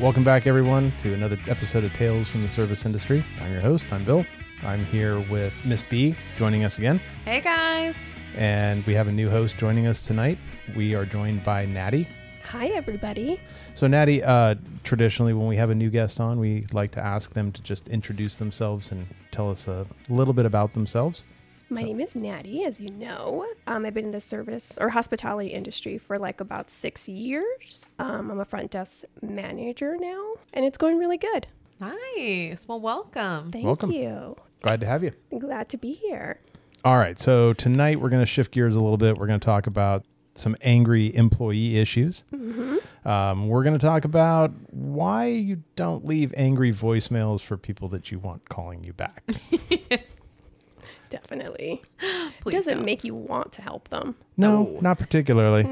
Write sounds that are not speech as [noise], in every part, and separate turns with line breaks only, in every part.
Welcome back, everyone, to another episode of Tales from the Service Industry. I'm your host, I'm Bill. I'm here with Miss B joining us again,
Hey guys.
and we have a new host joining us tonight. We are joined by Natty.
Hi, everybody.
So, Natty, uh, traditionally, when we have a new guest on, we like to ask them to just introduce themselves and tell us a little bit about themselves.
My name is Natty, as you know. Um, I've been in the service or hospitality industry for like about six years. Um, I'm a front desk manager now, and it's going really good.
Nice. Well, welcome.
Thank
Welcome.
you.
Glad to have you.
I'm glad to be here.
All right. So tonight we're going to shift gears a little bit. We're going to talk about some angry employee issues. Um, we're going to talk about why you don't leave angry voicemails for people that you want calling you back. [gasps]
Definitely.
Please
Doesn't
don't.
make you want to help them.
No, not particularly.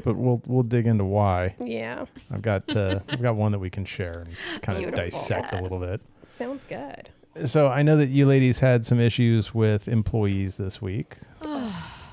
But we'll we'll dig into why.
Yeah.
I've got uh, I've got one that we can share and kind of
Beautiful.
dissect a little bit.
Sounds good.
So I know that you ladies had some issues with employees this week,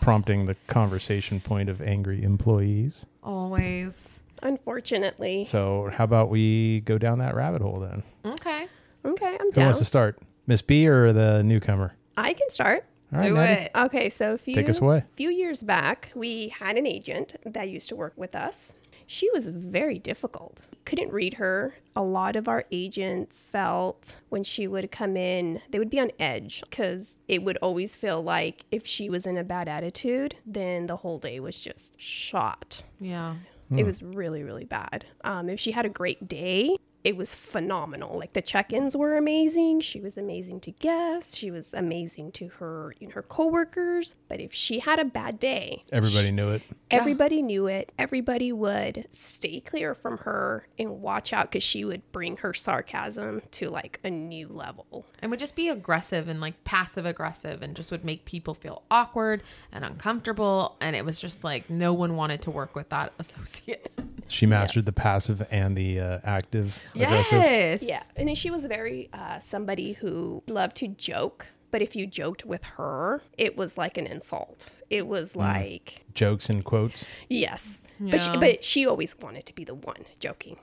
prompting the conversation point of angry employees.
always.
Unfortunately.
So how about we go down that rabbit hole then?
Okay.
Okay, I'm
Who
down.
wants to start? Miss B or the newcomer?
I can start.
All
Do
Natty,
it.
Okay, so a few
Take us away.
few years back, we had an agent that used to work with us. She was very difficult. Couldn't read her. A lot of our agents felt when she would come in, they would be on edge because it would always feel like if she was in a bad attitude, then the whole day was just shot.
Yeah.
It was really, really bad. Um, if she had a great day, it was phenomenal. Like the check-ins were amazing. She was amazing to guests. She was amazing to her, you know, her coworkers. But if she had a bad day,
Everybody knew it.
everybody knew it. Everybody would stay clear from her and watch out because she would bring her sarcasm to like a new level.
And would just be aggressive and like passive aggressive and just would make people feel awkward and uncomfortable. And it was just like no one wanted to work with that [laughs] associate.
She mastered the passive and the uh, active aggressive.
Yes.
Yeah. And then she was very uh, somebody who loved to joke. But if you joked with her, it was like an insult. It was like
Jokes and quotes.
Yes, but
Yeah.
she, but she always wanted to be the one joking.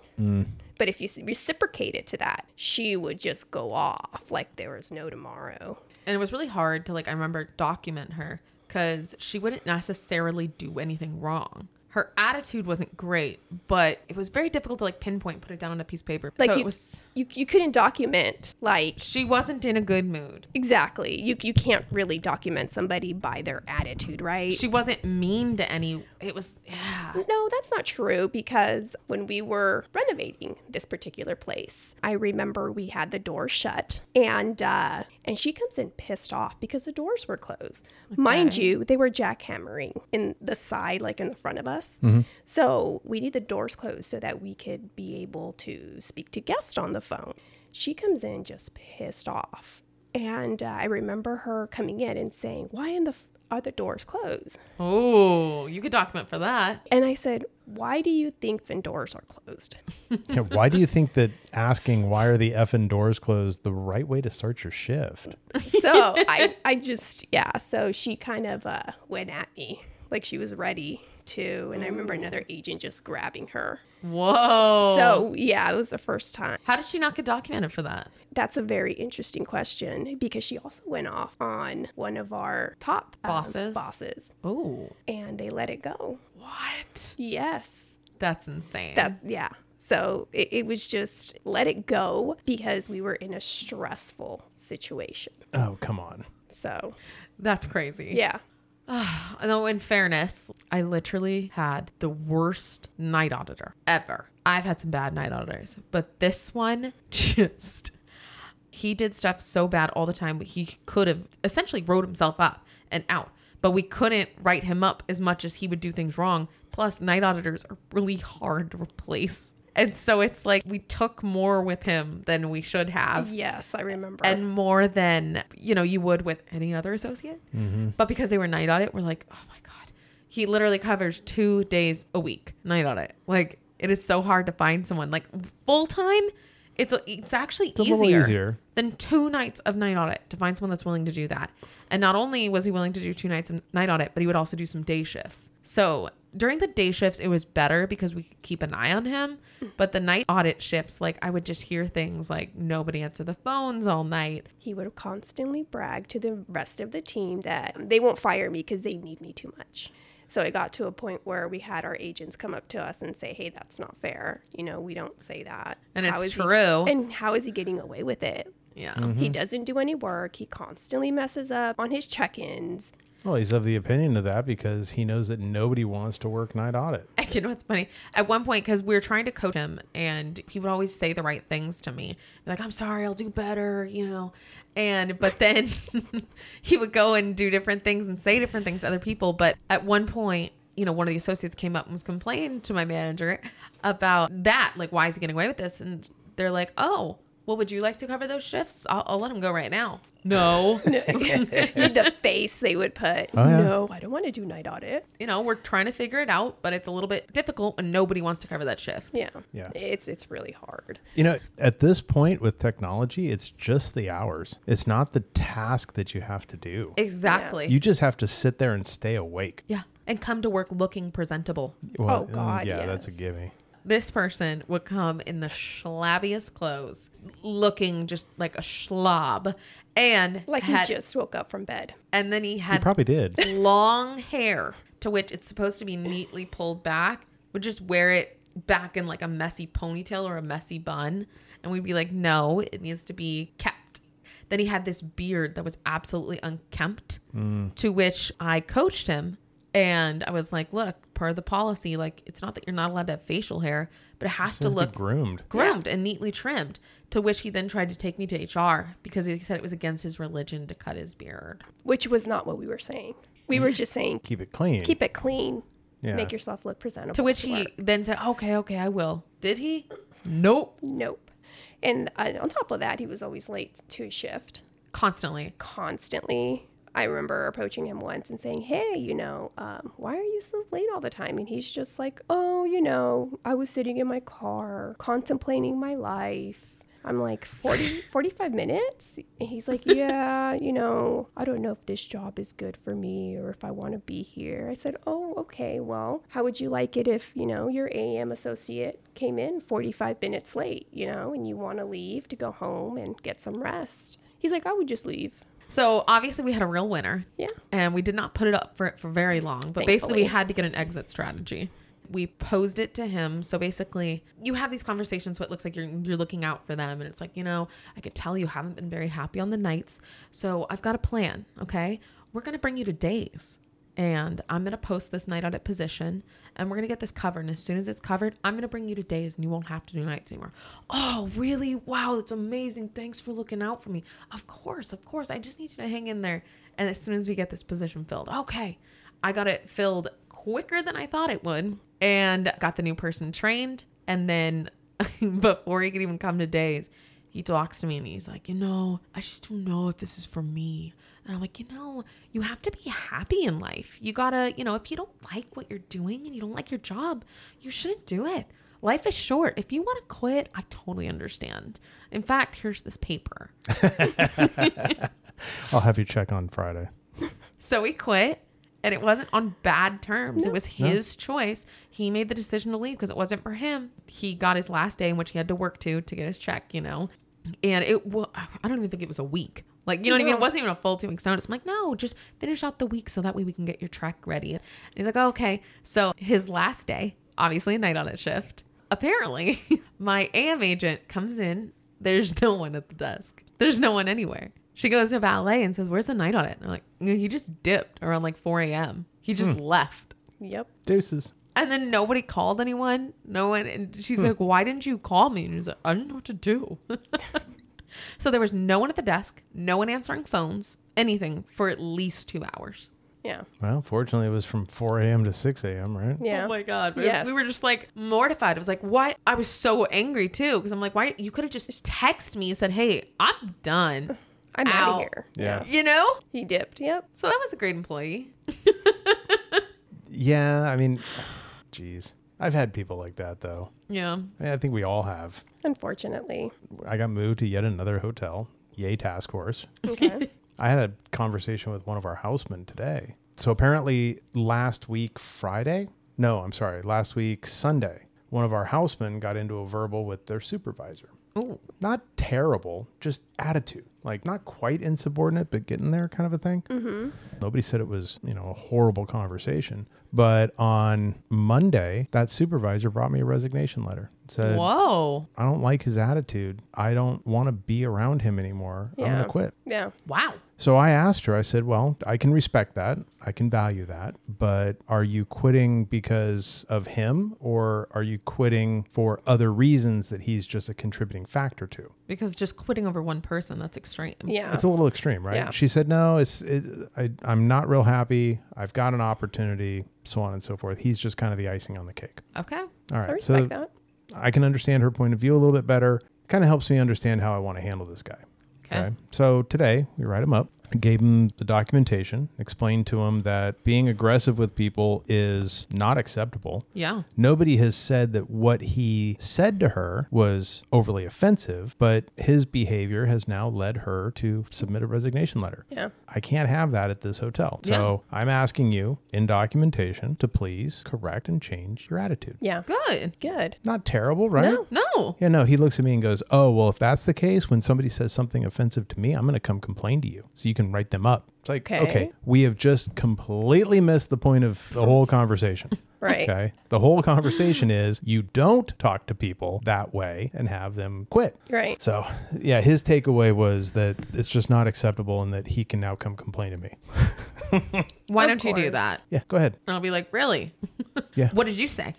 But if you s- reciprocated to that, she would just go off like there was no tomorrow.
and it was really hard to like i remember document her because she wouldn't necessarily do anything wrong her attitude wasn't great but it was very difficult to like pinpoint put it down on a piece of paper
Like
so
you,
it was
you, you couldn't document like
she wasn't in a good mood
exactly. You you can't really document somebody by their attitude, right?
she wasn't mean to any it was yeah
No, that's not true because when we were renovating this particular place, I remember we had the door shut and uh, and she comes in pissed off because the doors were closed. Mind you, they were jackhammering in the side, like in the front of us. So we need the doors closed so that we could be able to speak to guests on the phone. She comes in just pissed off. And uh, I remember her coming in and saying, Why in the f- are the doors closed?
oh you could document for that
And I said, Why do you think vendors are closed?
Yeah, why do you think that asking why are the effing doors closed the right way to start your shift?
So I, I just, yeah. So she kind of uh, went at me like she was ready to. And I remember another agent just grabbing her.
whoa
So yeah, it was the first time.
how did she not get documented for that
That's a very interesting question because she also went off on one of our top um,
Bosses?
bosses
oh
and they let it go.
what
Yes.
that's insane
that yeah so it, it was just let it go because we were in a stressful situation
Oh, come on.
so
that's crazy
yeah
Although, in fairness, I literally had the worst night auditor ever. I've had some bad night auditors, but this one [laughs] just. He did stuff so bad all the time. He could have essentially wrote himself up and out, but we couldn't write him up as much as he would do things wrong. Plus, night auditors are really hard to replace. And so it's like we took more with him than we should have
yes i remember
and more than you know you would with any other associate. But because they were night audit, we're like, oh my god, he literally covers two days a week night audit. Like it is so hard to find someone like full time. It's it's actually
a
easier,
little easier.
than two nights of night audit to find someone that's willing to do that. And not only was he willing to do two nights of night audit, but he would also do some day shifts. So during the day shifts it was better because we could keep an eye on him but the night audit shifts like i would just hear things like nobody answered the phones all night
He would constantly brag to the rest of the team that they won't fire me because they need me too much. So it got to a point where we had our agents come up to us and say, "Hey, that's not fair. You know, we don't say that."
And
How
it's
is he-
true. Mm-hmm.
and how is he getting away with it?
yeah
He doesn't do any work. He constantly messes up on
[laughs]
his check-ins. [laughs]
Well, he's of the opinion of that because he knows that nobody wants to work night audit.
[laughs] And you know what's funny? At one point, because we were trying to coach him, and he would always say the right things to me, like "I'm sorry, I'll do better," you know. And but then [laughs] he would go and do different things and say different things to other people. But at one point, you know, one of the associates came up and was complaining to my manager about that, like, why is he getting away with this? And they're like, "Oh, well, would you like to cover those shifts? I'll, I'll let him go right now." [laughs] No,
the face they would put.
Oh, yeah.
No, I don't want to do night audit.
you know, we're trying to figure it out, but it's a little bit difficult, and nobody wants to cover that shift.
Yeah.
Yeah.
It's it's really hard.
You know, at this point with technology, it's just the hours. It's not the task that you have to do.
Exactly.
You just have to sit there and stay awake.
Yeah. And come to work looking presentable.
Well, mm,
Oh, God,
Yeah, that's a
yes.
gimme.
This person would come in the schlabbiest clothes, looking just like a schlob. And
Like
had,
he just woke up from bed.
and then he
He
had
probably
[laughs]
did.
long hair to which it's supposed to be neatly pulled back, would just wear it back in like a messy ponytail or a messy bun. And we'd be like, no, it needs to be kept. Then he had this beard that was absolutely unkempt, to which I coached him. And I was like, look, per the policy, like, it's not that you're not allowed to have facial hair, but it has to
Be
look
groomed.
groomed and neatly trimmed. To which he then tried to take me to HR because he said it was against his religion to cut his beard.
which was not what we were saying. We were just saying
Keep it clean.
keep it clean,
Yeah.
make yourself look presentable.
To which he
work.
then said, "Okay, okay, I will." Did he? Nope.
nope. And uh, on top of that, he was always late to his shift
Constantly.
constantly. I remember approaching him once and saying, "Hey, you know, um, why are you so late all the time?" And he's just like, "Oh, you know, I was sitting in my car contemplating my life." I'm like, 40, 45 minutes? And he's like, Yeah, you know, I don't know if this job is good for me or if I want to be here. I said, Oh, okay. Well, how would you like it if, you know, your AM associate came in 45 minutes late, you know, and you want to leave to go home and get some rest? He's like, I would just leave.
So obviously we had a real winner,
Yeah.
and we did not put it up for for very long. But basically,
Thankfully.
we had to get an exit strategy. We posed it to him. So basically, you have these conversations. So it looks like you're you're looking out for them, and it's like you know, I could tell you haven't been very happy on the nights. So I've got a plan. Okay, we're gonna bring you to days. and I'm gonna post this night audit position, and we're gonna get this covered. And as soon as it's covered, I'm gonna bring you to days, and you won't have to do nights anymore. Oh, really? Wow, that's amazing. Thanks for looking out for me. Of course, of course. I just need you to hang in there. And as soon as we get this position filled, okay, I got it filled quicker than I thought it would, and got the new person trained. And then [laughs] before he could even come to days, he talks to me and he's like, you know, I just don't know if this is for me. And I'm like, you know, you have to be happy in life. You gotta, you know, if you don't like what you're doing and you don't like your job, you shouldn't do it. Life is short. If you want to quit, I totally understand. In fact, here's this paper.
I'll have you check on Friday.
So he quit, and it wasn't on bad terms. It was his choice. He made the decision to leave because it wasn't for him. He got his last day in which he had to work to to get his check, you know. And it was, I don't even think it was a week. Like, you know what I mean? It wasn't even a full two weeks notice. I'm like, no, just finish out the week so that way we can get your track ready. And he's like, oh, okay. So his last day, obviously a night on a shift. Apparently, [laughs] my AM agent comes in. There's no one at the desk. There's no one anywhere. She goes to ballet and says, Where's the night on it? And I'm like, "Mm, He just dipped around like 4 a.m. He just left.
Yep.
Deuces.
And then nobody called anyone. No one. And
Hmm.
she's like, Why didn't you call me? And he's like, I didn't know what to do. [laughs] so there was no one at the desk, no one answering phones, anything for at least two hours.
Yeah.
Well, fortunately, it was from 4 a.m. to 6 a.m., right?
Yeah.
Oh my God. But
Yes.
We were just like mortified. It was like, What? I was so angry too. Because I'm like, Why? You could have just texted me and said, Hey, I'm done.
[laughs] I'm out
Ow.
of here.
Yeah.
You know?
He dipped. Yep.
So that was a great employee.
Yeah, I mean, [sighs] geez. I've had people like that, though.
Yeah.
I, mean, I think we all have.
Unfortunately.
I got moved to yet another hotel. Yay, task force.
Okay.
I had a conversation with one of our housemen today. So apparently, last week, Friday, No, I'm sorry. Last week, Sunday, one of our housemen got into a verbal with their supervisor.
Ooh.
Not terrible, just attitude. Like, not quite insubordinate, but getting there kind of a thing. Nobody said it was, you know, a horrible conversation. But on Monday, that supervisor brought me a resignation letter. Said,
Whoa.
I don't like his attitude. I don't want to be around him anymore. I'm going
Yeah.
to quit.
[laughs] Yeah.
Wow.
So I asked her, I said, Well, I can respect that. I can value that. But are you quitting because of him or are you quitting for other reasons that he's just a contributing factor to?
Because just quitting over one person, that's extreme.
Yeah.
It's a little extreme, right?
Yeah.
She said, No, it's, it, I, I'm not real happy. I've got an opportunity, so on and so forth. He's just kind of the icing on the cake.
Okay.
All
I
right.
respect
So
that.
I can understand her point of view a little bit better. Kind of helps me understand how I want to handle this guy.
Okay.
So today we write him up, gave him the documentation, explained to him that being aggressive with people is not acceptable.
Yeah.
Nobody has said that what he said to her was overly offensive, but his behavior has now led her to submit a resignation letter.
Yeah.
I can't have that at this hotel. So I'm asking you in documentation to please correct and change your attitude.
Yeah.
Good.
Good.
Not terrible, right?
No.
No.
Yeah, no, he looks at me and goes, Oh, well, if that's the case, when somebody says something offensive to me, I'm going to come complain to you so you can write them up. It's like, okay,
Okay.
we have just completely missed the point of the whole conversation.
[laughs] Right.
Okay. The whole conversation is you don't talk to people that way and have them quit.
Right.
So, yeah, his takeaway was that it's just not acceptable and that he can now come complain to me.
Why
Of
don't you do
course.
that?
Yeah, go ahead.
And I'll be like, [laughs] really?
Yeah.
What did you say?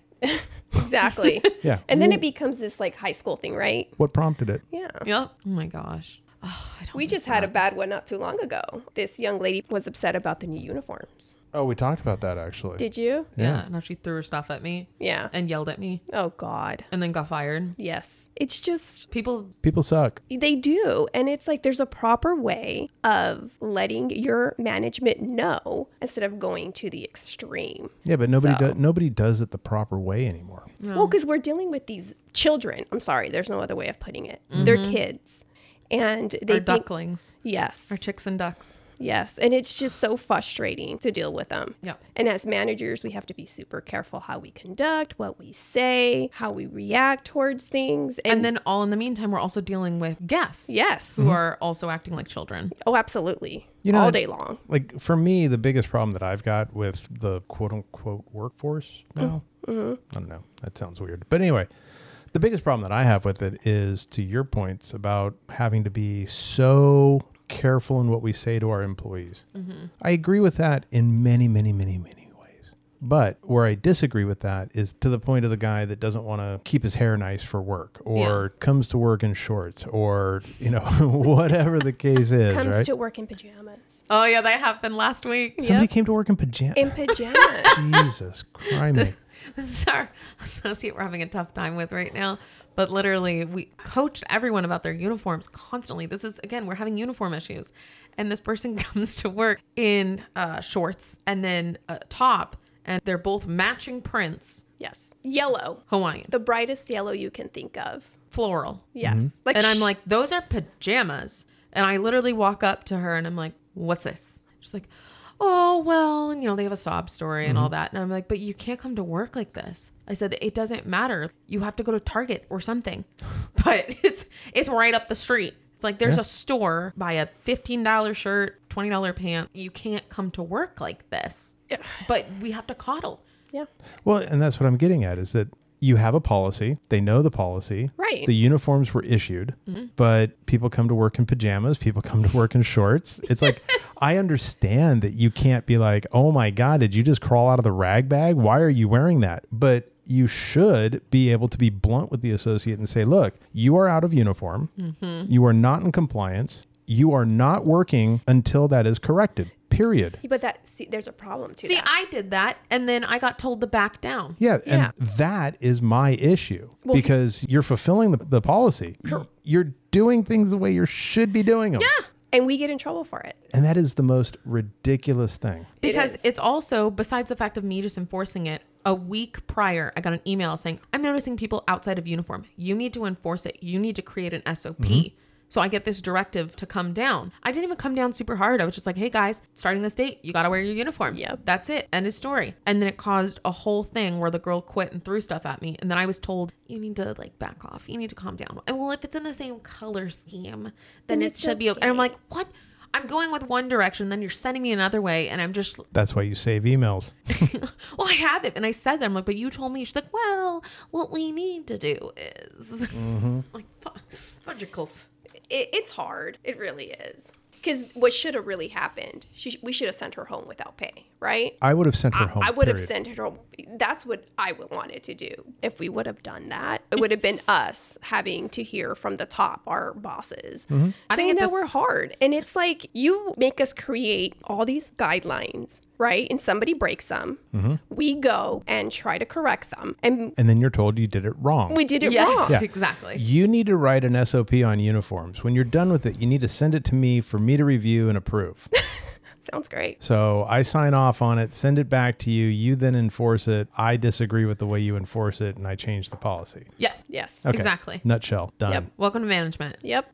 Exactly.
Yeah.
And then it becomes this like high school thing, right?
What prompted it?
Yeah.
Yep. Oh my gosh. Oh, I don't
We just had a bad one not too long ago. This young lady was upset about the new uniforms.
Oh, we talked about that actually.
Did you?
yeah. And how she threw her stuff at me
Yeah.
and yelled at me
Oh God.
and then got fired.
Yes. It's just
People
People suck.
They do. And it's like there's a proper way of letting your management know instead of going to the extreme.
Yeah, but nobody
So-
does nobody does it the proper way anymore.
Well, because we're dealing with these children. I'm sorry, there's no other way of putting it. They're kids. And they
are
think,
ducklings,
yes,
are chicks and ducks.
yes. And it's just so frustrating to deal with them.
Yeah.
And as managers, we have to be super careful how we conduct, what we say, how we react towards things. And,
And Mm. then all in the meantime, we're also dealing with guests
yes.
who are also acting like children.
Oh, absolutely.
You know,
All
it-
day long.
Like for me, the biggest problem that I've got with the quote unquote workforce
Oh,
now,
uh-huh.
I don't know, that sounds weird. But anyway, the biggest problem that I have with it is to your points about having to be so careful in what we say to our employees.
Mm-hmm.
I agree with that in many, many, many, many ways. But where I disagree with that is to the point of the guy that doesn't want to keep his hair nice for work or comes to work in shorts or, you know, [laughs] whatever the
[laughs]
case is,
Comes
right?
to work in pajamas.
Oh, yeah. That happened last week.
Somebody came to work in pajamas.
In pajamas.
Jesus Christ.
this is our [laughs] associate we're having a tough time with right now. But literally, we coached everyone about their uniforms constantly. This is again, we're having uniform issues, and this person [laughs] comes to work in uh, shorts and then a top, and they're both matching prints,
Yes. Yellow.
Hawaiian,
The brightest yellow you can think of.
floral.
Yes. Like
and I'm
sh-
like, those are pajamas. And I literally walk up to her and I'm like, what's this? She's like, oh, well, and you know, they have a sob story and all
Mm-hmm.
that. And I'm like, but you can't come to work like this. I said, it doesn't matter. You have to go to Target or something. [laughs] but it's it's right up the street. It's like there's
Yeah.
a store, buy a $15 shirt, $20 pant. You can't come to work like this.
Yeah.
But we have to coddle.
yeah.
Well, and that's what I'm getting at is that you have a policy. They know the policy.
Right.
The uniforms were issued, but people come to work in pajamas. People come to work in shorts. It's like, I understand that you can't be like, oh my God, did you just crawl out of the rag bag? Why are you wearing that? But you should be able to be blunt with the associate and say, look, you are out of uniform. You are not in compliance. You are not working until that is corrected, period.
But that see, there's a problem too.
See, I did that and then I got told to back down.
Yeah,
Yeah.
and that is my issue because you're fulfilling the, the policy. You're doing things the way you should be doing them. Yeah.
and we get in trouble for it.
And that is the most ridiculous thing.
because
is.
it's also besides the fact of me just enforcing it a week prior i got an
Mm-hmm.
email saying i'm noticing people outside of uniform you need to enforce it you need to create an sop So I get this directive to come down. I didn't even come down super hard. I was just like, hey guys, starting this date, you got to wear your uniforms.
Yep.
That's it. End of story. And then it caused a whole thing where the girl quit and threw stuff at me. And then I was told, you need to like back off. You need to calm down. And well, if it's in the same color scheme, then
Then
it
it's
should be okay. And I'm
okay.
like, what? I'm going with one direction, then you're sending me another way. And I'm just
That's why you save emails.
[laughs] well, I have it. And I said that. I'm like, but you told me. She's like, well, what we need to do is. [laughs] like, fu- fudgicles.
It, it's hard. It really is. Because what should have really happened, she, we should have sent her home without pay, right?
I would have sent her
I-
home.
I would have
period.
sent her. That's what I would wanted to do. If we would have done that, it would have been us having to hear from the top, our bosses,
Mm-hmm.
I
saying
don't get
that
to
we're
s-
hard. And it's like you make us create all these guidelines, right? And somebody breaks them.
Mm-hmm.
We go and try to correct them, and
And then you're told you did it wrong.
we did it wrong.
Yeah.
exactly.
You need to write an SOP on uniforms. When you're done with it, you need to send it to me for me to review and
[laughs]
approve.
Sounds great.
so I sign off on it, send it back to you. You then enforce it. I disagree with the way you enforce it, and I change the policy.
Yes.
Yes.
Okay.
Exactly.
Nutshell. Done.
Yep.
Welcome to management.
Yep.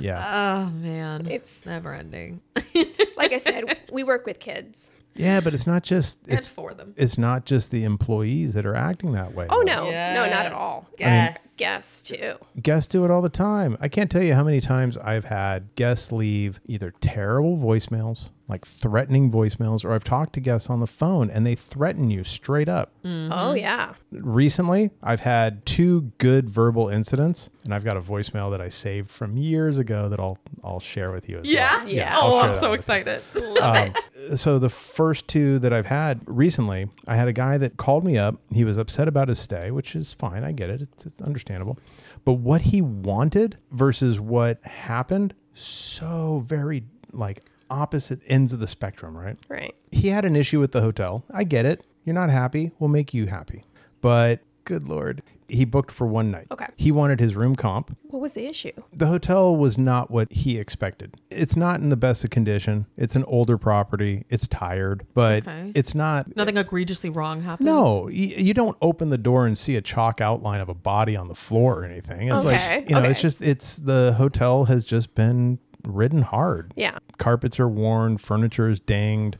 Yeah.
Oh, man.
It's-
never ending. [laughs]
Like I said, we work with kids.
yeah, but it's not just
It's
it's
for them.
it's not just the employees that are acting that way.
Oh
though.
no, no, not at all.
Yes.
Guests too.
guests do it all the time. I can't tell you how many times I've had guests leave either terrible voicemails, like threatening voicemails, or I've talked to guests on the phone and they threaten you straight up.
Mm. Mm-hmm.
Oh yeah.
Recently, I've had two good verbal incidents, and I've got a voicemail that I saved from years ago that I'll I'll share with you as
Yeah.
well.
Yeah.
I'll
Oh,
share
I'm
that
so
with you.
excited. Uh,
Love it.
Um, So the first two that I've had recently, I had a guy that called me up. He was upset about his stay, which is fine. I get it. It's, it's understandable. But what he wanted versus what happened, so very like opposite ends of the spectrum, right?
Right.
He had an issue with the hotel. I get it. You're not happy. We'll make you happy. But good lord, he booked for one night.
Okay.
He wanted his room comp
What was the issue?
the hotel was not what he expected. It's not in the best of condition. It's an older property. It's tired, but
Okay.
it's not.
Nothing egregiously wrong happened.
No, y- you don't open the door and see a chalk outline of a body on the floor or anything. It's
Okay,
like, you know, it's
okay.
just, it's the hotel has just been ridden hard.
Yeah. Mm.
Carpets are worn, furniture is dinged.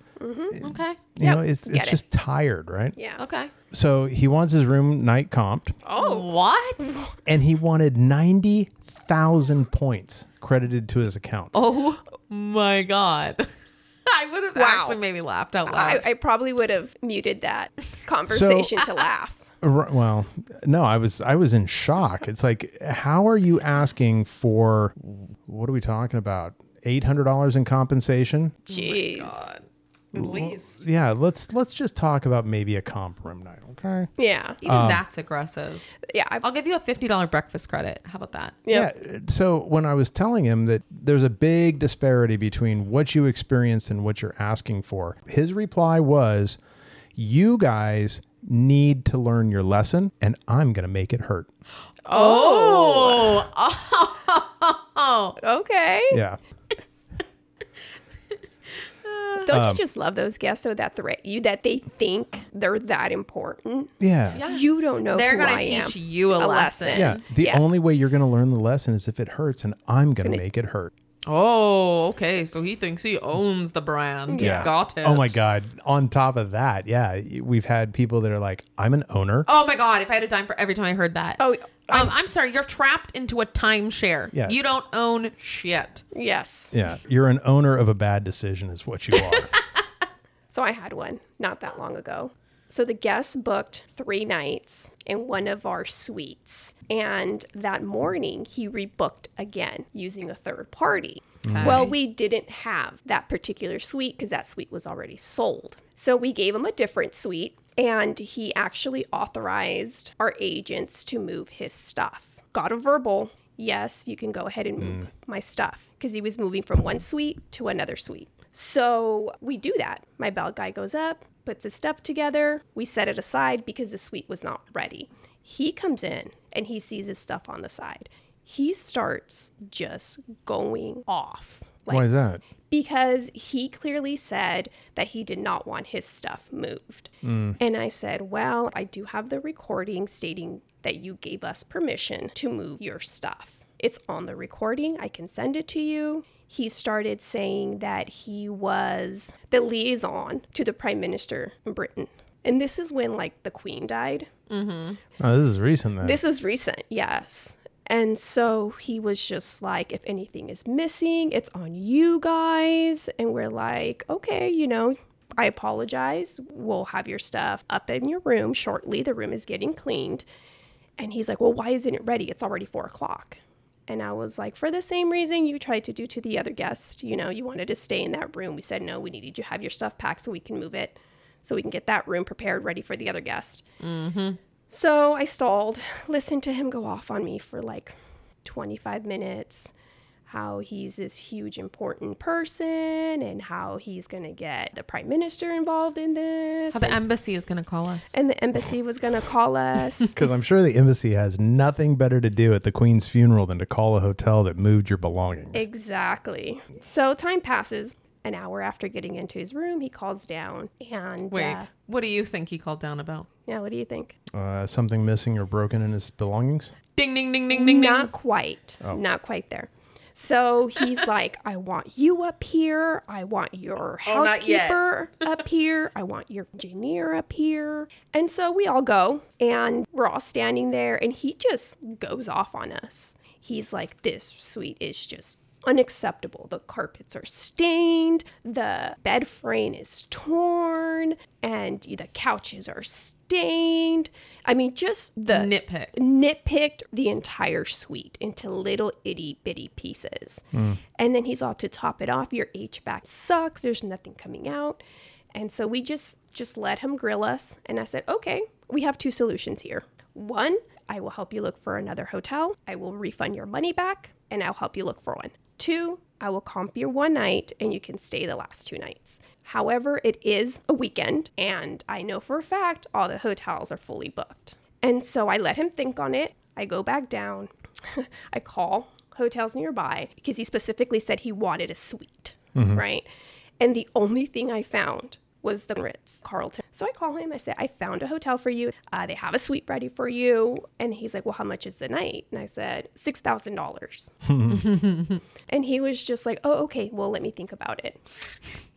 Okay.
You
Yep,
know, it's,
get
it's
it.
just tired, right?
Yeah.
Okay.
So he wants his room night comped
Oh, what?
[laughs]
and he wanted 90,000 points credited to his account.
Oh my god. [laughs] I would have
Wow.
actually maybe laughed out
I,
loud.
I probably would have
[laughs]
muted that conversation to
Oh
laugh.
Ri- Well, no, I was I was in shock. It's like, how are you asking for? What are we talking about? Eight hundred dollars in compensation?
Jeez.
God. At least.
Yeah, let's let's just talk about maybe a comp room night, okay?
yeah.
Even
Um,
that's aggressive.
Yeah. I,
I'll give you a $50 breakfast credit. How about that?
Yep.
Yeah. So when I was telling him that there's a big disparity between what you experienced and what you're asking for, his reply was, "You guys need to learn your lesson, and I'm gonna make it hurt."
Oh. Oh.
Okay.
Yeah.
Don't
um,
you just love those guests though that threat you that they think they're that important?
Yeah.
You don't know.
They're
who
going
I
to
am.
teach you a, lesson.
lesson.
Yeah. The
Yeah.
only way you're going to learn the lesson is if it hurts, and I'm going to make it hurt.
Oh, okay. So he thinks he owns the brand. Got it.
Oh my God. On top of that, yeah, we've had people that are like, I'm an owner.
Oh my god, if I had a dime for every time I heard that.
Oh,
um, I'm sorry, you're trapped into a timeshare.
Yeah.
You don't own shit.
Yes.
Yeah. You're an owner of a bad decision, is what you are.
So I had one not that long ago. So the guests booked three nights in one of our suites. And that morning, he rebooked again using a third party. Well, we didn't have that particular suite because that suite was already sold. So we gave him a different suite, and he actually authorized our agents to move his stuff. Got a verbal yes, you can go ahead and move my stuff because he was moving from one suite to another suite. So we do that. My bell guy goes up, puts his stuff together. We set it aside because the suite was not ready. He comes in and he sees his stuff on the side. He starts just going off.
[laughs]
Like,
Why is that?
because he clearly said that he did not want his stuff moved. And I said, Well, I do have the recording stating that you gave us permission to move your stuff. It's on the recording. I can send it to you. He started saying that he was the liaison to the prime minister in Britain. And this is when, like, the queen died.
Oh, this is recent then.
This is recent, yes. And so he was just like, if anything is missing, it's on you guys. And we're like, okay, you know, I apologize. We'll have your stuff up in your room shortly. The room is getting cleaned. And he's like, well, why isn't it ready? It's already four o'clock. And I was like, for the same reason you tried to do to the other guest, you know, you wanted to stay in that room. We said, no, we needed you to have your stuff packed so we can move it, so we can get that room prepared, ready for the other guest. So I stalled, listened to him go off on me for like 25 minutes. How he's this huge, important person, and how he's gonna get the prime minister involved in this.
How the embassy is gonna call us.
and the embassy was gonna call us.
Because I'm sure the embassy has nothing better to do at the Queen's funeral than to call a hotel that moved your belongings.
exactly. So time passes. An hour after getting into his room, he calls down and.
Wait,
uh,
what do you think he called down about?
yeah, what do you think?
Uh, something missing or broken in his belongings?
Ding ding ding ding ding ding. Oh.
Not quite. Not quite there.
[laughs]
So he's like, I want you up here. I want your
Oh, not yet.
housekeeper
[laughs]
up here. I want your engineer up here. And so we all go and we're all standing there and he just goes off on us. He's like, This suite is just unacceptable. The carpets are stained, the bed frame is torn, and the couches are stained. I mean, just the
Nitpick.
nitpicked the entire suite into little itty bitty pieces. And then he's all to top it off, your HVAC sucks, there's nothing coming out. And so we just just let him grill us and I said, "Okay, we have two solutions here. One, I will help you look for another hotel. I will refund your money back and I'll help you look for one. Two, I will comp you one night and you can stay the last two nights. However, it is a weekend and I know for a fact all the hotels are fully booked. And so I let him think on it. I go back down. [laughs] I call hotels nearby because he specifically said he wanted a suite, right? And the only thing I found was the Ritz Carlton. So I call him. I say, I found a hotel for you. Uh, they have a suite ready for you. And he's like, Well, how much is the night? And I said, $6,000. and he was just like, Oh, okay. Well, let me think about it.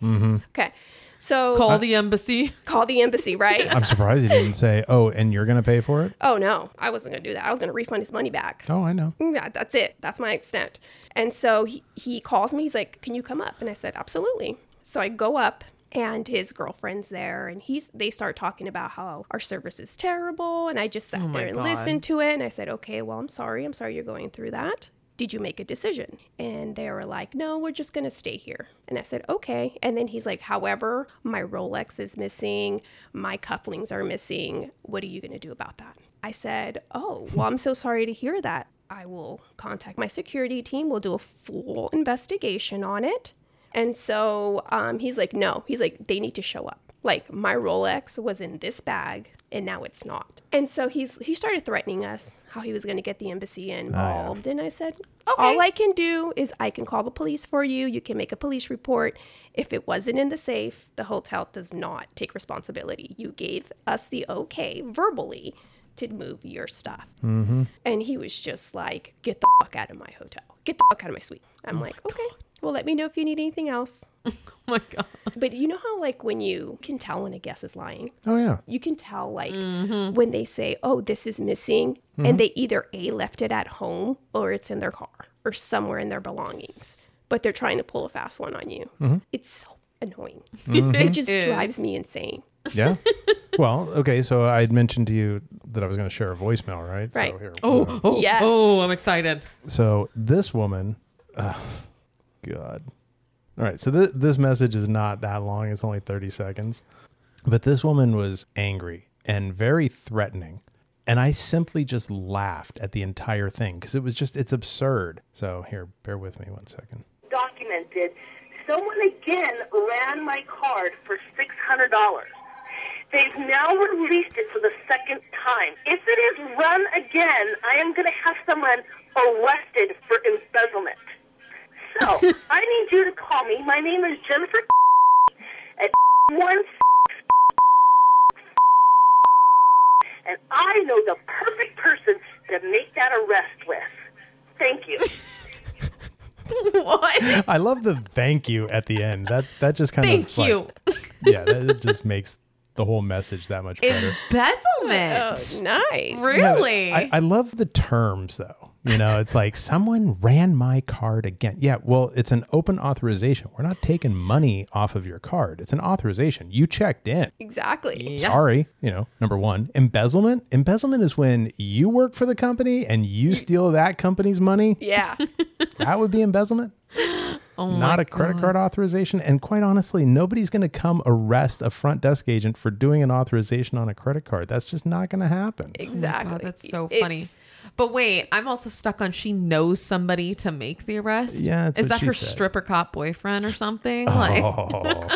Okay. So
Call the embassy. [laughs]
call the embassy, right?
I'm surprised you didn't say, oh, and you're going to pay for it?
Oh no, I wasn't going to do that. I was going to refund his money back.
Oh, I know.
Mm, Yeah, that's it. That's my extent. And so he, he calls me. He's like, "Can you come up?" And I said, "Absolutely." So I go up, and his girlfriend's there, and he's they start talking about how our service is terrible, and I just sat
Oh my
there and
God.
listened to it, and I said, "Okay, well, I'm sorry. I'm sorry you're going through that." Did you make a decision? And they were like, No, we're just gonna stay here. And I said, Okay. And then he's like, However, my Rolex is missing, my cufflinks are missing. What are you gonna do about that? I said, Oh, well, I'm so sorry to hear that. I will contact my security team. We'll do a full investigation on it. And so um, he's like, no, he's like, they need to show up. Like my Rolex was in this bag and now it's not. And so he's he started threatening us how he was going to get the embassy involved. And I said, all I can do is I can call the police for you. You can make a police report. If it wasn't in the safe, the hotel does not take responsibility. You gave us the okay verbally to move your stuff. And he was just like, get the fuck out of my hotel. Get the fuck out of my suite. I'm like, okay, well, let me know if you need anything else.
Oh my god.
But you know how, like, when you can tell when a guest is lying?
Oh, yeah.
You can tell, like,
Mm-hmm.
when they say, oh, this is missing, and they either A, left it at home or it's in their car or somewhere in their belongings, but they're trying to pull a fast one on you. It's so annoying. [laughs] It just
Mm-hmm. is.
drives me insane.
Yeah. well, okay. So I had mentioned to you that I was going to share a voicemail, right? So
Right.
here.
Oh, oh,
Yes.
oh, I'm excited.
So this woman, oh, God. All right. So th- this message is not that long. It's only 30 seconds. But this woman was angry and very threatening. And I simply just laughed at the entire thing because it was just, it's absurd. So here, bear with me one second.
documented, someone again ran my card for $600. They've now released it for the second time. If it is run again, I am going to have someone arrested for embezzlement. So, I need you to call me. My name is Jennifer at one and I know the perfect person to make that arrest with. Thank you.
[laughs] what?
I love the thank you at the end. That that just kind of
Thank
like-
you.
[laughs] yeah, that it just makes the whole message that much better.
[laughs] Oh,
Embezzlement.
nice.
Yeah,
Really?
I, I love the terms though. You know, it's like [laughs] someone ran my card again. Yeah, well, it's an open authorization. We're not taking money off of your card. It's an authorization. You checked in.
Exactly.
Yeah.
Sorry, you know, number one, embezzlement. Embezzlement is when you work for the company and you steal that company's money.
[laughs]
Yeah.
That would be embezzlement.
Oh my
not a credit card authorization. And quite honestly, nobody's going to come arrest a front desk agent for doing an authorization on a credit card. That's just not going to
[laughs]
happen.
Exactly.
God, that's so
It's-
funny. But wait, I'm also stuck on she knows somebody to make the arrest.
Yeah, that's
is
what
that
she
her
said.
stripper cop boyfriend or something? Like [laughs]
Oh,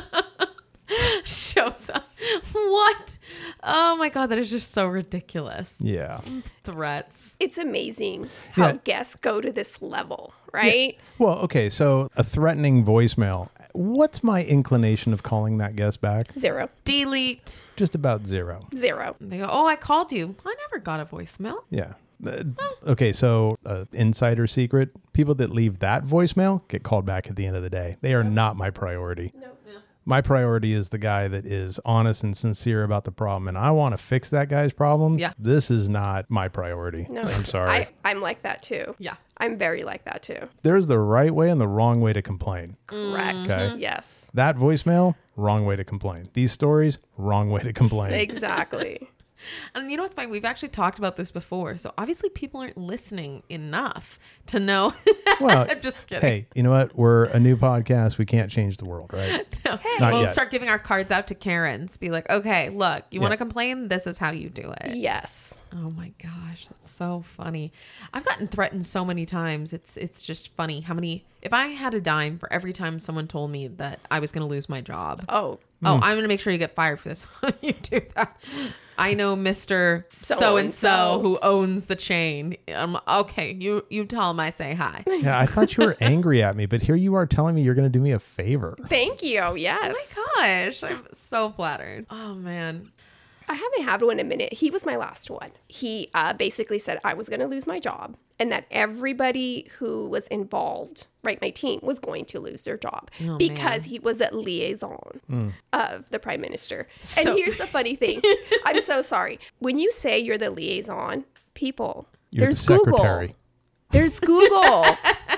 shows up. What? Oh my god, that is just so ridiculous.
yeah.
Threats.
It's amazing how
Yeah.
guests go to this level, right?
Well, okay. So a threatening voicemail. What's my inclination of calling that guest back?
Zero,
Delete.
Just about zero.
zero.
They go, oh, I called you. I never got a voicemail.
Yeah. Uh, Okay, so uh, insider secret: people that leave that voicemail get called back at the end of the day. They are not my priority. My priority is the guy that is honest and sincere about the problem, and I want to fix that guy's problem.
Yeah.
This is not my priority.
No,
I'm
[laughs] it's-
sorry.
I, I'm like that too.
Yeah.
I'm very like that too.
There's the right way and the wrong way to complain.
Correct.
Okay.
Yes.
That voicemail, wrong way to complain. These stories, wrong way to complain.
Exactly.
And you know what's funny? We've actually talked about this before. So obviously people aren't listening enough to know. [laughs]
well,
I'm just kidding.
hey, you know what? We're a new podcast. We can't change the world,
[laughs]
right? Not
we'll
yet.
start giving our cards out to Karens. Be like, okay, look, you want to complain? This is how you do it.
yes.
Oh my gosh, that's so funny. I've gotten threatened so many times. It's it's just funny how many. If I had a dime for every time someone told me that I was going to lose my job, oh,
Oh,
Mm.
I'm going to make sure you get fired for this. [laughs] you do that. I know Mister So and So
So-and-so.
who owns the chain. Um, okay, you you tell him I say hi. [laughs]
Yeah, I thought you were angry at me, but here you are telling me you're going to do me a favor.
thank you. Yes.
Gosh, I'm so flattered. Oh man,
I haven't had one in a minute. He was my last one. He uh, basically said I was going to lose my job and that everybody who was involved, right, my team, was going to lose their job because he was a liaison of the prime minister.
So-
and here's the funny thing I'm so sorry. When you say you're the liaison, people,
You're
there's
the
Google.
secretary.
There's Google. [laughs]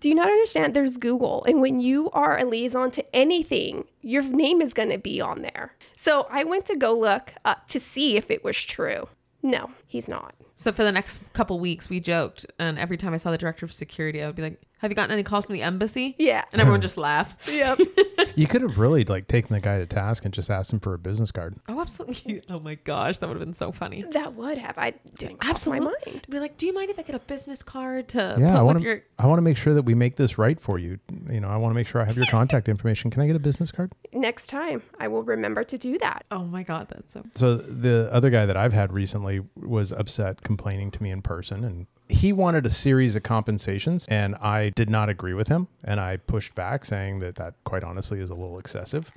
Do you not understand? There's Google. And when you are a liaison to anything, your name is going to be on there. So I went to go look uh, to see if it was true. No, he's not.
So for the next couple weeks, we joked, and every time I saw the director of security, I would be like, "Have you gotten any calls from the embassy?"
Yeah.
and everyone just
[laughs]
laughs.
Yep.
You could have really like taken the guy to task and just asked him for a business card.
Oh, absolutely! [laughs] Oh my gosh, that would have been so funny.
that would have. I didn't cross my
Absolutely.
mind.
To be like, "Do you mind if I get a business card to
Yeah, I
put
want
with
to.
your?"
I want to make sure that we make this right for you. You know, I want to make sure I have
[laughs]
your contact information. Can I get a business card?
Next time, I will remember to do that.
Oh my god, that's so.
So the other guy that I've had recently was upset, complaining to me in person, and he wanted a series of compensations, and I did not agree with him, and I pushed back, saying that that quite honestly is a little excessive.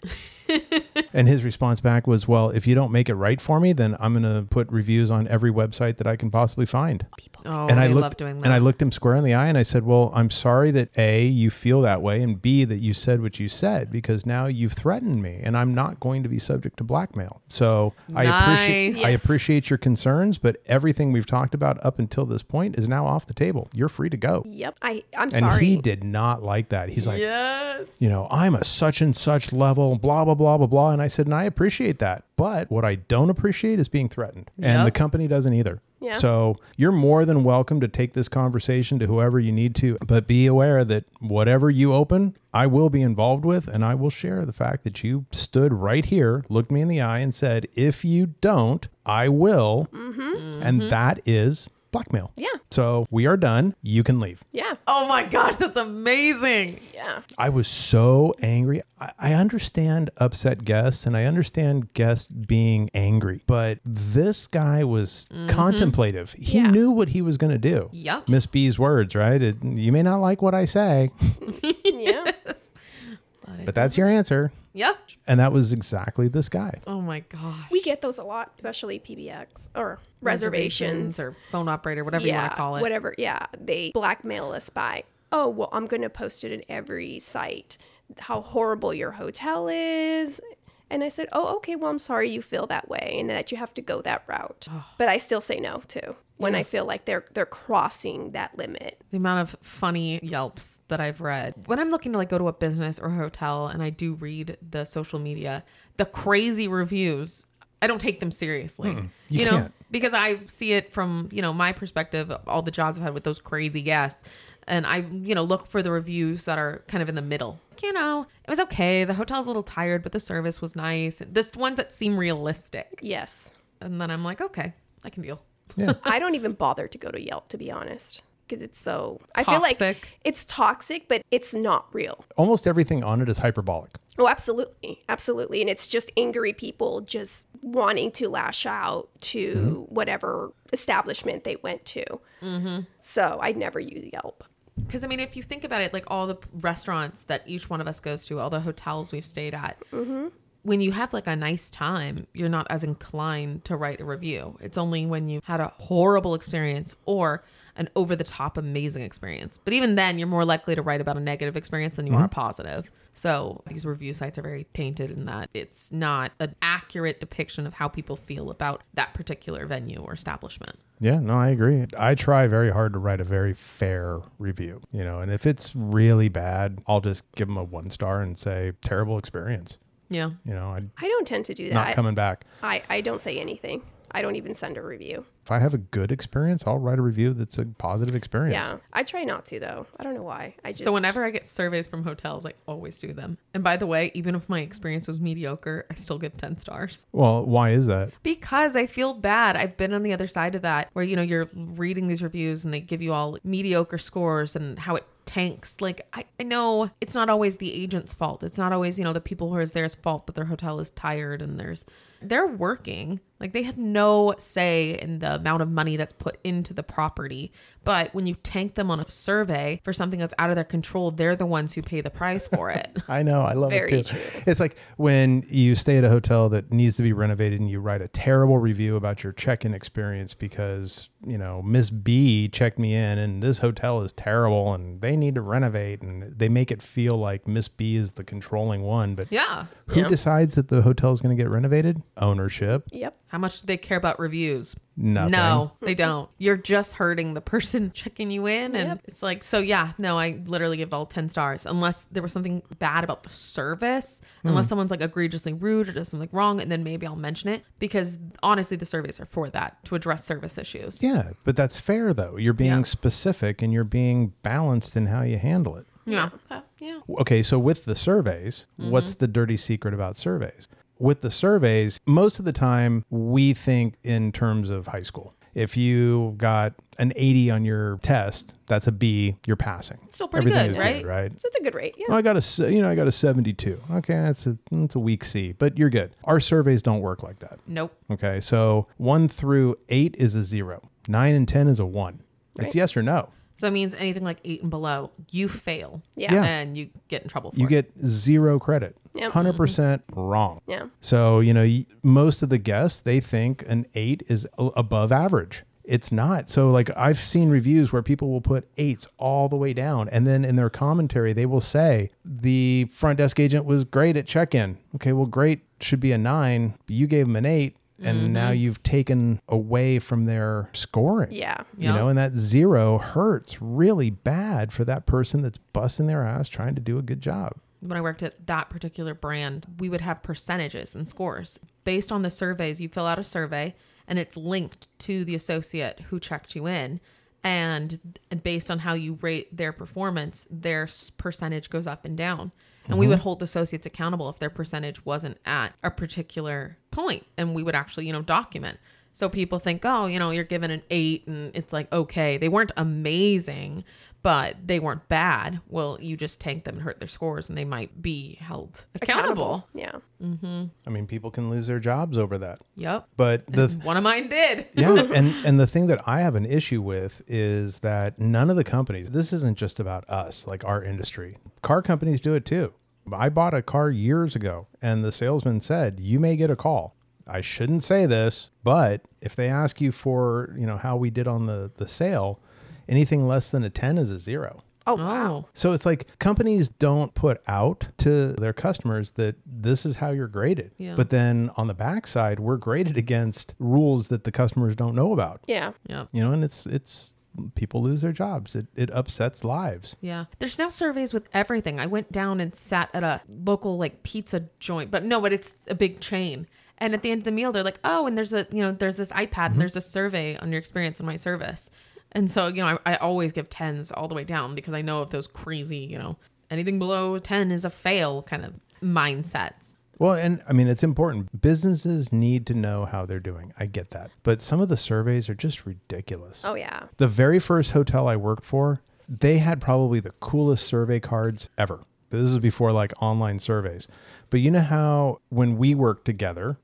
and his response back was, "Well, if you don't make it right for me, then I'm going to put reviews on every website that I can possibly find."
Oh,
and
I,
I looked,
love doing that.
And I looked him square in the eye and I said, Well, I'm sorry that A, you feel that way, and B, that you said what you said because now you've threatened me and I'm not going to be subject to blackmail. So I appreciate
Nice.
I
Yes.
appreciate your concerns, but everything we've talked about up until this point is now off the table. You're free to go.
Yep. I, I'm
And
sorry.
he did not like that. He's like,
yes.
you know, I'm a such and such level, blah, blah, blah, blah, blah. And I said, and I appreciate that. But what I don't appreciate is being threatened. And
Yep.
the company doesn't either.
Yeah.
So you're more than welcome to take this conversation to whoever you need to. But be aware that whatever you open, I will be involved with. And I will share the fact that you stood right here, looked me in the eye, and said, if you don't, I will. And that is blackmail.
Mm-hmm. Yeah.
So we are done. You can leave.
Yeah.
Oh my gosh, that's amazing.
Yeah.
I was so angry. I, I understand upset guests and I understand guests being angry, but this guy was contemplative. He
Mm-hmm. Yeah.
knew what he was going to do.
Yep.
Miss B's words, right? It, you may not like what I say.
Yeah.
That is
But that's your answer.
Yep.
And that was exactly this guy.
Oh my gosh.
We get those a lot, especially PBX or reservations,
Reservations or phone operator, whatever
yeah,
you want to call it.
Whatever. Yeah. They blackmail us by, oh, well, I'm going to post it in every site, how horrible your hotel is. And I said, oh, okay, well, I'm sorry you feel that way and that you have to go that route. But I still say no too when I feel like they're they're crossing that limit.
the amount of funny yelps that i've read when i'm looking to like go to a business or a hotel and i do read the social media the crazy reviews i don't take them seriously
You
know
can't.
because i see it from you know my perspective all the jobs i've had with those crazy guests and i you know look for the reviews that are kind of in the middle you know it was okay the hotel's a little tired but the service was nice this ones that seem realistic
Yes.
and then i'm like okay i can deal
Yeah.
[laughs] I don't even bother to go to Yelp to be honest because it's so I feel like
Toxic.
it's toxic but it's not real.
Almost everything on it is hyperbolic.
Oh, absolutely. Absolutely. And it's just angry people just wanting to lash out to whatever establishment they went to. Mm-hmm. So I never use Yelp.
Because I mean, if you think about it, like all the p- restaurants that each one of us goes to, all the hotels we've stayed at, when you have like a nice time, you're not as inclined to write a review. It's only when you had a horrible experience or an over the top amazing experience. But even then, you're more likely to write about a negative experience than you are a positive. So these review sites are very tainted in that it's not an accurate depiction of how people feel about that particular venue or establishment.
Yeah, no, I agree. I try very hard to write a very fair review, you know, and if it's really bad, I'll just give them a one star and say terrible experience.
Yeah.
You know, I'm
I don't tend to do
not
that.
coming back.
I, I don't say anything. I don't even send a review.
If I have a good experience, I'll write a review that's a positive experience.
Yeah. I try not to though. I don't know why. I just
So whenever I get surveys from hotels, I always do them. And by the way, even if my experience was mediocre, I still give 10 stars
Well, why is that?
because I feel bad. I've been on the other side of that where you know you're reading these reviews and they give you all mediocre scores and how it tanks. Like I, I know it's not always the agent's fault. It's not always, you know, the people who is there's fault that their hotel is tired and there's they're working. Like they have no say in the amount of money that's put into the property. But when you tank them on a survey for something that's out of their control, they're the ones who pay the price for it.
I know, I love
Very
it too. It's like when you stay at a hotel that needs to be renovated and you write a terrible review about your check-in experience because, you know, Miss B checked me in and this hotel is terrible and they need to renovate and they make it feel like Miss B is the controlling one, but
yeah.
who decides that the hotel is going to get renovated? Ownership.
Yep.
How much do they care about reviews?
Nothing.
No, they don't. You're just hurting the person [laughs] checking you in. And
Yep.
it's like, so yeah, no, I literally give all 10 stars unless there was something bad about the service,
Hmm.
unless someone's like egregiously rude or does something wrong. And then maybe I'll mention it because honestly, the surveys are for that to address service issues.
Yeah, but that's fair though. You're being
Yeah.
specific and you're being balanced in how you handle it.
Yeah. Okay. Yeah.
Okay, so with the surveys, what's
Mm-hmm.
the dirty secret about surveys? With the surveys, most of the time we think in terms of high school. If you got an 80 on your test, that's a B, you're passing.
Still pretty
Everything
good,
is
right?
right? Oh,
So it's a good rate. Yeah.
I got a, se- you know, I got a 72. Okay, that's a, that's a weak C, but you're good. Our surveys don't work like that.
Nope.
Okay, so one through eight is a zero. Nine and ten is a one. It's yes or no.
So it means anything like eight and below, you fail.
Yeah.
Yeah.
And you get in trouble for
You
it.
get zero credit.
Yep.
Hundred percent wrong.
Yeah.
So you know, y- most of the guests they think an eight is a- above average. It's not. So like I've seen reviews where people will put eights all the way down, and then in their commentary they will say the front desk agent was great at check-in. Okay, well, great should be a nine. But you gave them an eight. And
Mm-hmm.
now you've taken away from their scoring.
Yeah.
You know, and that zero hurts really bad for that person that's busting their ass trying to do a good job.
when I worked at that particular brand, we would have percentages and scores based on the surveys. You fill out a survey and it's linked to the associate who checked you in. And based on how you rate their performance, their s- percentage goes up and down. And we would hold associates accountable if their percentage wasn't at a particular point, And we would actually, you know, document. So people think, oh, you know, you're given an eight and it's like, okay, they weren't amazing, but they weren't bad. Well, you just tank them and hurt their scores and they might be held accountable.
Yeah.
I mean, people can lose their jobs over that.
Yep.
But the
One of mine did.
yeah, and and the thing that I have an issue with is that none of the companies. This isn't just about us, like our industry. Car companies do it too. I bought a car years ago, and the salesman said, You may get a call. I shouldn't say this, but if they ask you for, you know, how we did on the, the sale, anything less than a 10 is a zero.
Oh,
Oh.
So it's like companies don't put out to their customers that this is how you're graded.
Yeah.
But then on the backside, we're graded against rules that the customers don't know about.
Yeah.
Yeah.
You know, and it's it's people lose their jobs. It it upsets lives.
Yeah. There's now surveys with everything. I went down and sat at a local like pizza joint, but no, but it's a big chain. And at the end of the meal, they're like, oh, and there's a, you know, there's this iPad
Mm-hmm.
and there's a survey on your experience in my service. And so, you know, I, I always give 10s all the way down because I know of those crazy, you know, anything below 10 is a fail kind of mindsets.
Well, and I mean, it's important. Businesses need to know how they're doing. I get that. But some of the surveys are just ridiculous.
Oh, yeah.
The very first hotel I worked for, they had probably the coolest survey cards ever. This was before like online surveys. But you know how when we worked together,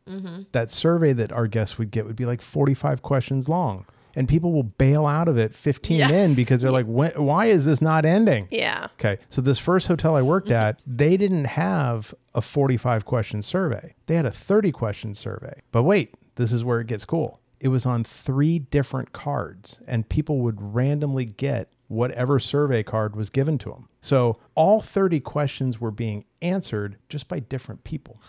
that survey that our guests would get would be like 45 questions long. And people will bail out of it 15 in
Yes.
because they're like, "When- why is this not ending?
Yeah.
Okay. So this first hotel I worked at, they didn't have a 45 question survey. They had a 30 question survey. But wait, this is where it gets cool. It was on three different cards and people would randomly get whatever survey card was given to them. So all 30 questions were being answered just by different people.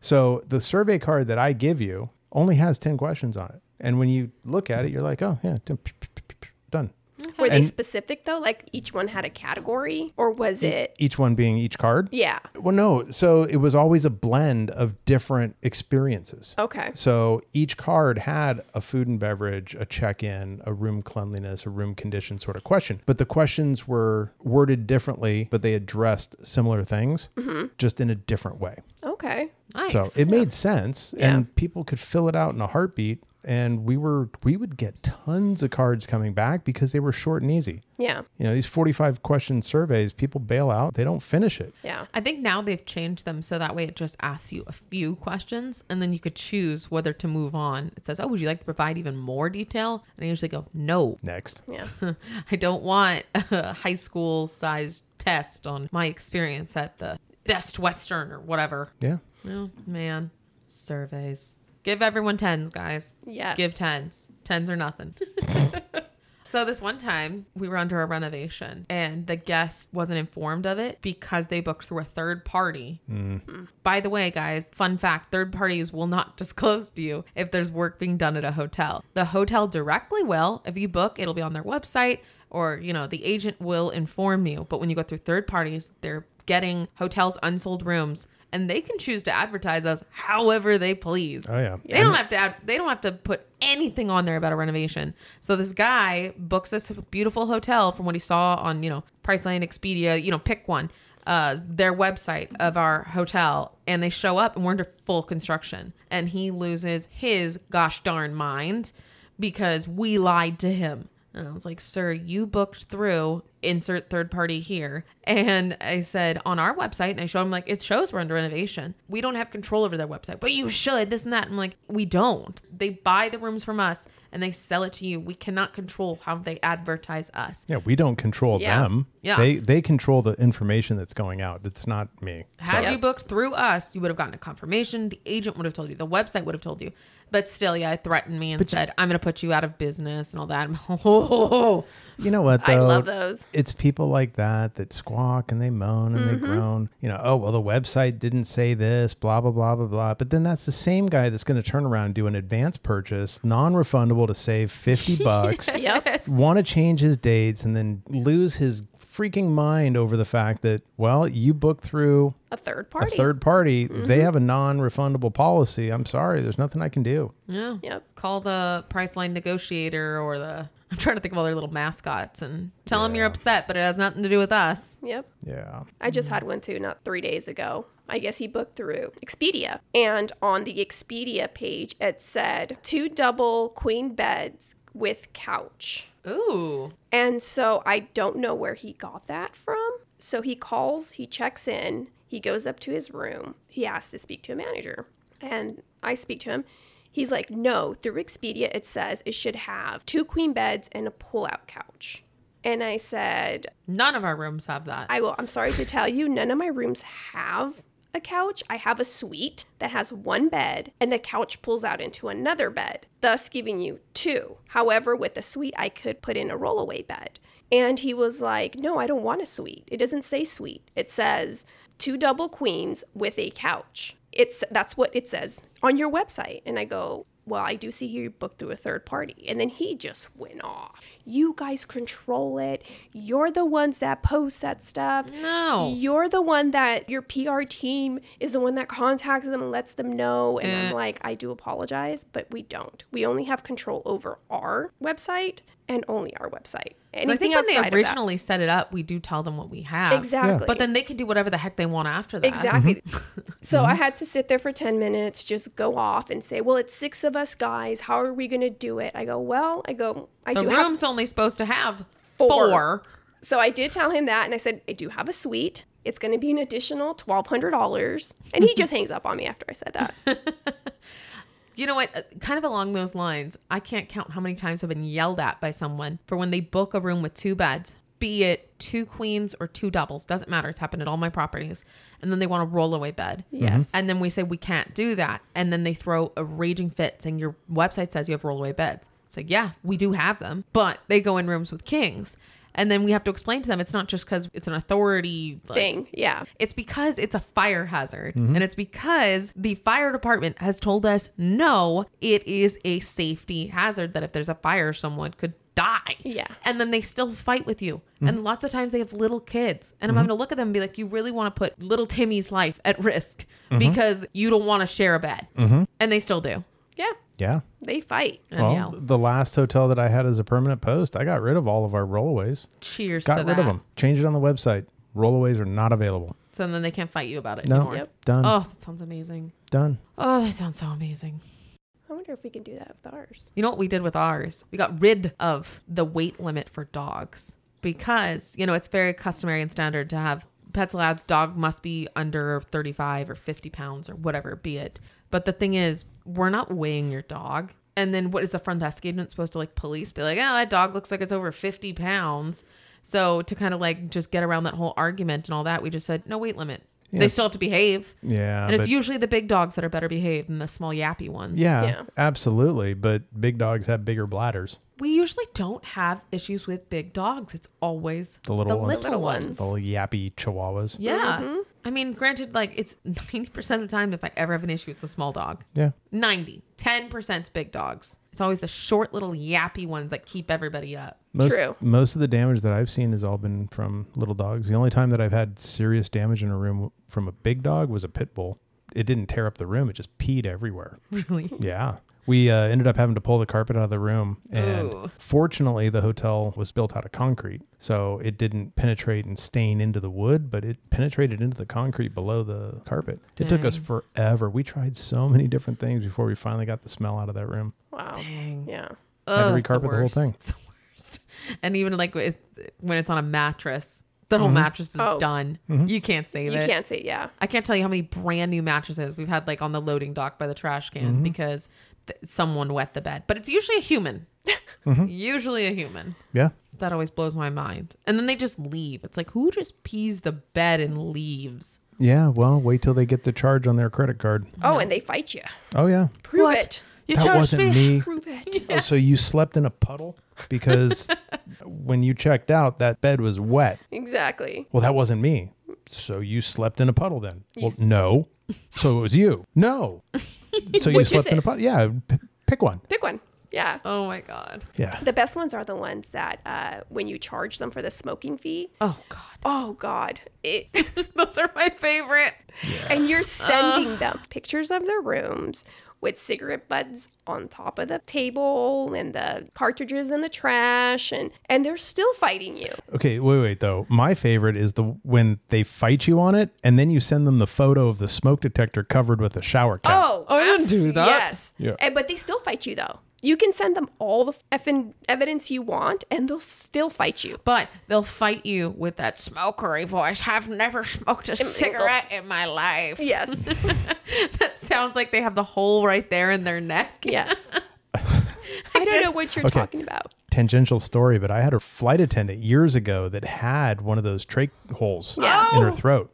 So the survey card that I give you only has 10 questions on it. And when you look at it, you're like, oh, yeah, done, done.
Were they
And-
specific though? Like each one had a category, or was it?
Each one being each card.
Yeah.
Well, no. So it was always a blend of different experiences.
Okay.
So each card had a food and beverage, a check in, a room cleanliness, a room condition sort of question. But the questions were worded differently, but they addressed similar things just in a different way.
Okay.
Nice.
So it made sense
Yeah.
and people could fill it out in a heartbeat. And we were, we would get tons of cards coming back because they were short and easy.
Yeah.
You know, these 45 question surveys, people bail out, they don't finish it.
Yeah.
I think now they've changed them so that way it just asks you a few questions and then you could choose whether to move on. It says, "Oh, would you like to provide even more detail?" And I usually go, "No, [laughs]
Next.
Yeah.
I don't want [laughs] a high school sized test on my experience at the Best Western or whatever."
Yeah.
Oh man, surveys. Give everyone tens, guys.
Yes.
Give tens. Tens are nothing. [laughs] So this one time we were under a renovation and the guest wasn't informed of it because they booked through a third party. By the way, guys, fun fact, third parties will not [laughs] disclose to you if there's work being done at a hotel. The hotel directly will. If you book, it'll be on their website or, you know, the agent will inform you. But when you go through third parties, they're getting hotels unsold rooms and they can choose to advertise us however they please.
Oh, yeah.
They don't have to add, they don't have to put anything on there about a renovation. So this guy books this beautiful hotel from what he saw on, you know, Priceline, Expedia, you know, pick one, uh, their website of our hotel, and they show up and we're under full construction. And he loses his gosh darn mind because we lied to him. And I was like, sir, you booked through insert third party here. And I said, on our website, and I showed him, like, it shows we're under renovation. We don't have control over their website, but you should, this and that. I'm like, we don't. They buy the rooms from us and they sell it to you. We cannot control how they advertise us.
Yeah, we don't control
Yeah.
them.
Yeah.
They they control the information that's going out. That's not me.
Had
So-
you booked through us, you would have gotten a confirmation. The agent would have told you. The website would have told you. But still, yeah, it threatened me and said, I'm going to put you out of business and all that. [laughs] oh,
you know what though?
[laughs] I love those.
It's people like that that squawk and they moan and
Mm-hmm.
they groan. You know, oh well, the website didn't say this, blah blah blah blah blah. But then that's the same guy that's going to turn around and do an advance purchase, non-refundable to save fifty
[laughs]
bucks.
Yep.
want to change his dates and then lose his freaking mind over the fact that well, you booked through
[laughs] A third party.
a third party. They have a non-refundable policy. I'm sorry, there's nothing I can do.
yeah.
Yep.
call the Priceline negotiator or the [laughs] I'm trying to think of all their little mascots and tell them you're
Yeah.
upset, but it has nothing to do with us.
Yep.
Yeah.
I just had one too, not three days ago. I guess he booked through Expedia. And on the Expedia page, it said two double queen beds with couch.
Ooh,
And so I don't know where he got that from. So he calls, he checks in, he goes up to his room, he asks to speak to a manager. And I speak to him. He's like, no, through Expedia, it says it should have two queen beds and a pull out couch. And I said,
None of our rooms have that.
I will. I'm sorry to tell you, none of my rooms have a couch. I have a suite that has one bed, and the couch pulls out into another bed, thus giving you two. However, with the suite, I could put in a rollaway bed. And he was like, No, I don't want a suite. It doesn't say suite. It says two double queens with a couch. It's that's what it says on your website. And I go, well, I do see you booked through a third party. And then he just went off. You guys control it. You're the ones that post that stuff.
No.
You're the one that your PR team is the one that contacts them and lets them know. And I'm
Eh.
like, I do apologize, but we don't. We only have control over our website and only our website.
So I
Anything
think when they
outside of that-
originally set it up, we do tell them what we have.
Exactly.
But then they can do whatever the heck they want after that. Mm-hmm.
Exactly. [laughs] so I had to sit there for 10 minutes, just go off and say, Well, it's six of us guys. How are we going to do it? I go, Well, I go, I
The
do have.
room's only supposed to have
Four.
four.
So I did tell him that. And I said, I do have a suite. It's going to be an additional $1,200. And
[laughs]
he just hangs up on me after I said that.
You know what? uh, Kind of along those lines, I can't count how many times I've been yelled at by someone for when they book a room with two beds, be it two queens or two doubles, doesn't matter. It's happened at all my properties. And then they want a rollaway bed.
Yes.
And then we say, we can't do that. And then they throw a raging fit saying, your website says you have rollaway beds. It's like, yeah, we do have them, but they go in rooms with kings. And then we have to explain to them it's not just because it's an authority like,
Thing. Yeah.
It's because it's a fire hazard.
Mm-hmm.
And it's because the fire department has told us no, it is a safety hazard that if there's a fire, someone could die.
Yeah.
And then they still fight with you.
Mm-hmm.
And lots of times they have little kids. And I'm having to look at them and be like, you really want to put little Timmy's life at risk
Mm-hmm.
because you don't want to share a bed. And they still do.
Yeah.
Yeah.
They fight.
And
Mm-hmm. well,
yell.
the last hotel that I had as a permanent post, I got rid of all of our rollaways.
Cheers
Got
to
rid
that.
of them. Changed it on the website. Rollaways are not available.
So then they can't fight you about it
No.
anymore.
Yep.
Done.
Oh, that sounds amazing.
Done.
Oh, that sounds so amazing.
I wonder if we can do that with ours.
You know what we did with ours? We got rid of the weight limit for dogs because, you know, it's very customary and standard to have pets allowed. Dog must be under 35 or 50 pounds or whatever, be it. But the thing is, we're not weighing your dog. And then what is the front desk agent supposed to like police? Be like, oh, that dog looks like it's over 50 pounds. So to kind of like just get around that whole argument and all that, we just said, no weight limit. They still have to behave.
Yeah.
and
but-
it's usually the big dogs that are better behaved than the small yappy ones.
Yeah,
Yeah.
absolutely. But big dogs have bigger bladders.
we usually don't have issues with big dogs. It's always
The little ones.
little
Little
ones.
ones.
The little yappy chihuahuas.
Yeah. Mm-hmm. I mean, granted, like it's [laughs] 90% of the time, if I ever have an issue, it's a small dog.
Yeah.
90, 10% 's big dogs. It's always the short little yappy ones that keep everybody up.
Most,
True.
Most of the damage that I've seen has all been from little dogs. The only time that I've had serious damage in a room from a big dog was a pit bull. It didn't tear up the room; it just peed everywhere.
[laughs] Really?
Yeah. We uh, ended up having to pull the carpet out of the room, and
Ooh.
fortunately, the hotel was built out of concrete, so it didn't penetrate and stain into the wood, but it penetrated into the concrete below the carpet. It took us
Dang.
forever. We tried so many different things before we finally got the smell out of that room.
Wow.
Dang.
Yeah.
Had to
Ugh, it's
recarpet the whole
worst.
thing.
[laughs] It's the worst. And even like with- when it's on a mattress, the
Mm-hmm.
whole mattress is
Oh.
done. You can't save
You
it.
can't say, yeah.
I can't tell you how many brand new mattresses we've had like on the loading dock by the trash can
Mm-hmm.
because th- someone wet the bed. But it's usually a human.
Mm-hmm.
[laughs] Usually a human.
Yeah.
That always blows my mind. And then they just leave. It's like who just pees the bed and leaves?
Yeah. Well, wait till they get the charge on their credit card.
Oh, and they fight you.
Oh yeah.
Prove
What?
it.
You
That
charged
wasn't
[laughs]
me.
Prove it.
Oh, so you slept in a puddle [laughs] because when you checked out, that bed was wet.
Exactly.
Well, that wasn't me. So you slept in a puddle then? Well, no. So it was you. [laughs] No. So you
Which is
slept in a
it?
puddle? Yeah. p- pick one.
Pick one. Yeah.
Oh my god.
Yeah.
The best ones are the ones that uh, when you charge them for the smoking fee.
Oh god.
Oh God! It,
[laughs]
[laughs]
Those are my favorite.
and you're sending them pictures of their rooms with cigarette butts on top of the table and the cartridges in the trash, and and they're still fighting you.
Okay. Wait, wait, though. My favorite is the when they fight you on it and then you send them the photo of the smoke detector covered with a shower cap.
Oh,
I didn't do
abs-
that.
Yes.
Yeah.
And, but they still fight you though. You can send them all the effing evidence you want, and they'll still fight you.
But they'll fight you with that smokery voice. I've never smoked a cigarette in my life.
[laughs] Yes.
[laughs] that sounds like
[laughs]
they have the hole right there in their neck.
yes. I don't know what you're
Okay.
talking about.
tangential story, but I had a flight attendant years ago that had one of those trach holes in her throat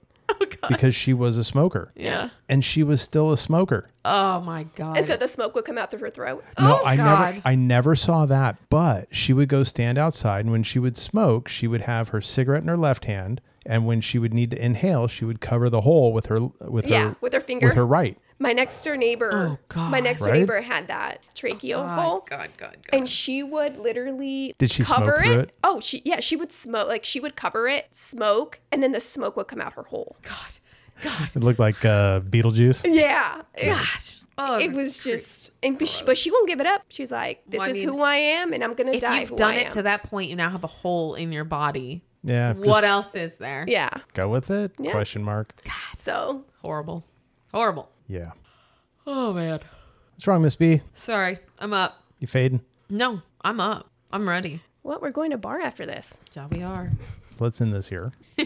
because she was a smoker.
Yeah.
And she was still a smoker.
Oh my god.
And so the smoke would come out through her throat.
No,
Oh,
I
God.
never I never saw that, but she would go stand outside and when she would smoke, she would have her cigarette in her left hand and when she would need to inhale, she would cover the hole with her with
yeah,
her
with her finger.
with her right.
my next door neighbor,
Oh, God.
my next door
Right?
neighbor had that tracheal hole.
Oh, God, God, God, God.
And she would literally
Did she smoke
cover
through
it.
it?
Oh, she yeah, she would smoke like she would cover it, smoke, and then the smoke would come out her hole.
It looked like uh, Beetlejuice.
Yeah,
Gosh. Oh,
it was just. And but she, but she won't give it up. She's like, "This
Well, I
is
mean,
who I am, and I'm gonna
if
die."
you've
who
done
I
it
am."
to that point, you now have a hole in your body.
Yeah. just
What else is there?
yeah.
Go with it? Question mark.
So
Horrible. Horrible.
Yeah.
Oh man.
What's wrong, Miss B?
Sorry, I'm up.
You fading?
No, I'm up. I'm ready.
what? We're going to bar after this.
Yeah, we are.
Let's end this here. [laughs]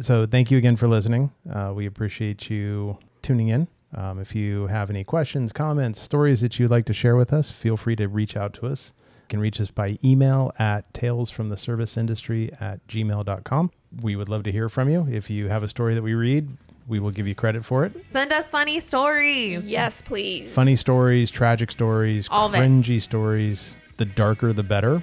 so, thank you again for listening. Uh, we appreciate you tuning in. Um, if you have any questions, comments, stories that you'd like to share with us, feel free to reach out to us. You can reach us by email at talesfromtheserviceindustry at gmail.com. We would love to hear from you. If you have a story that we read, we will give you credit for it.
Send us funny stories.
Yes, please.
Funny stories, tragic stories,
All of it.
cringy stories. The darker, the better.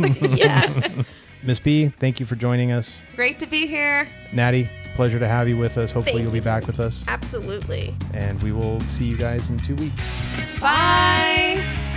[laughs]
[laughs] Yes.
Miss B, thank you for joining us.
[laughs] Great to be here.
Natty, pleasure to have you with us. Hopefully,
Thank
you'll be back with us.
Absolutely.
And we will see you guys in two weeks.
Bye.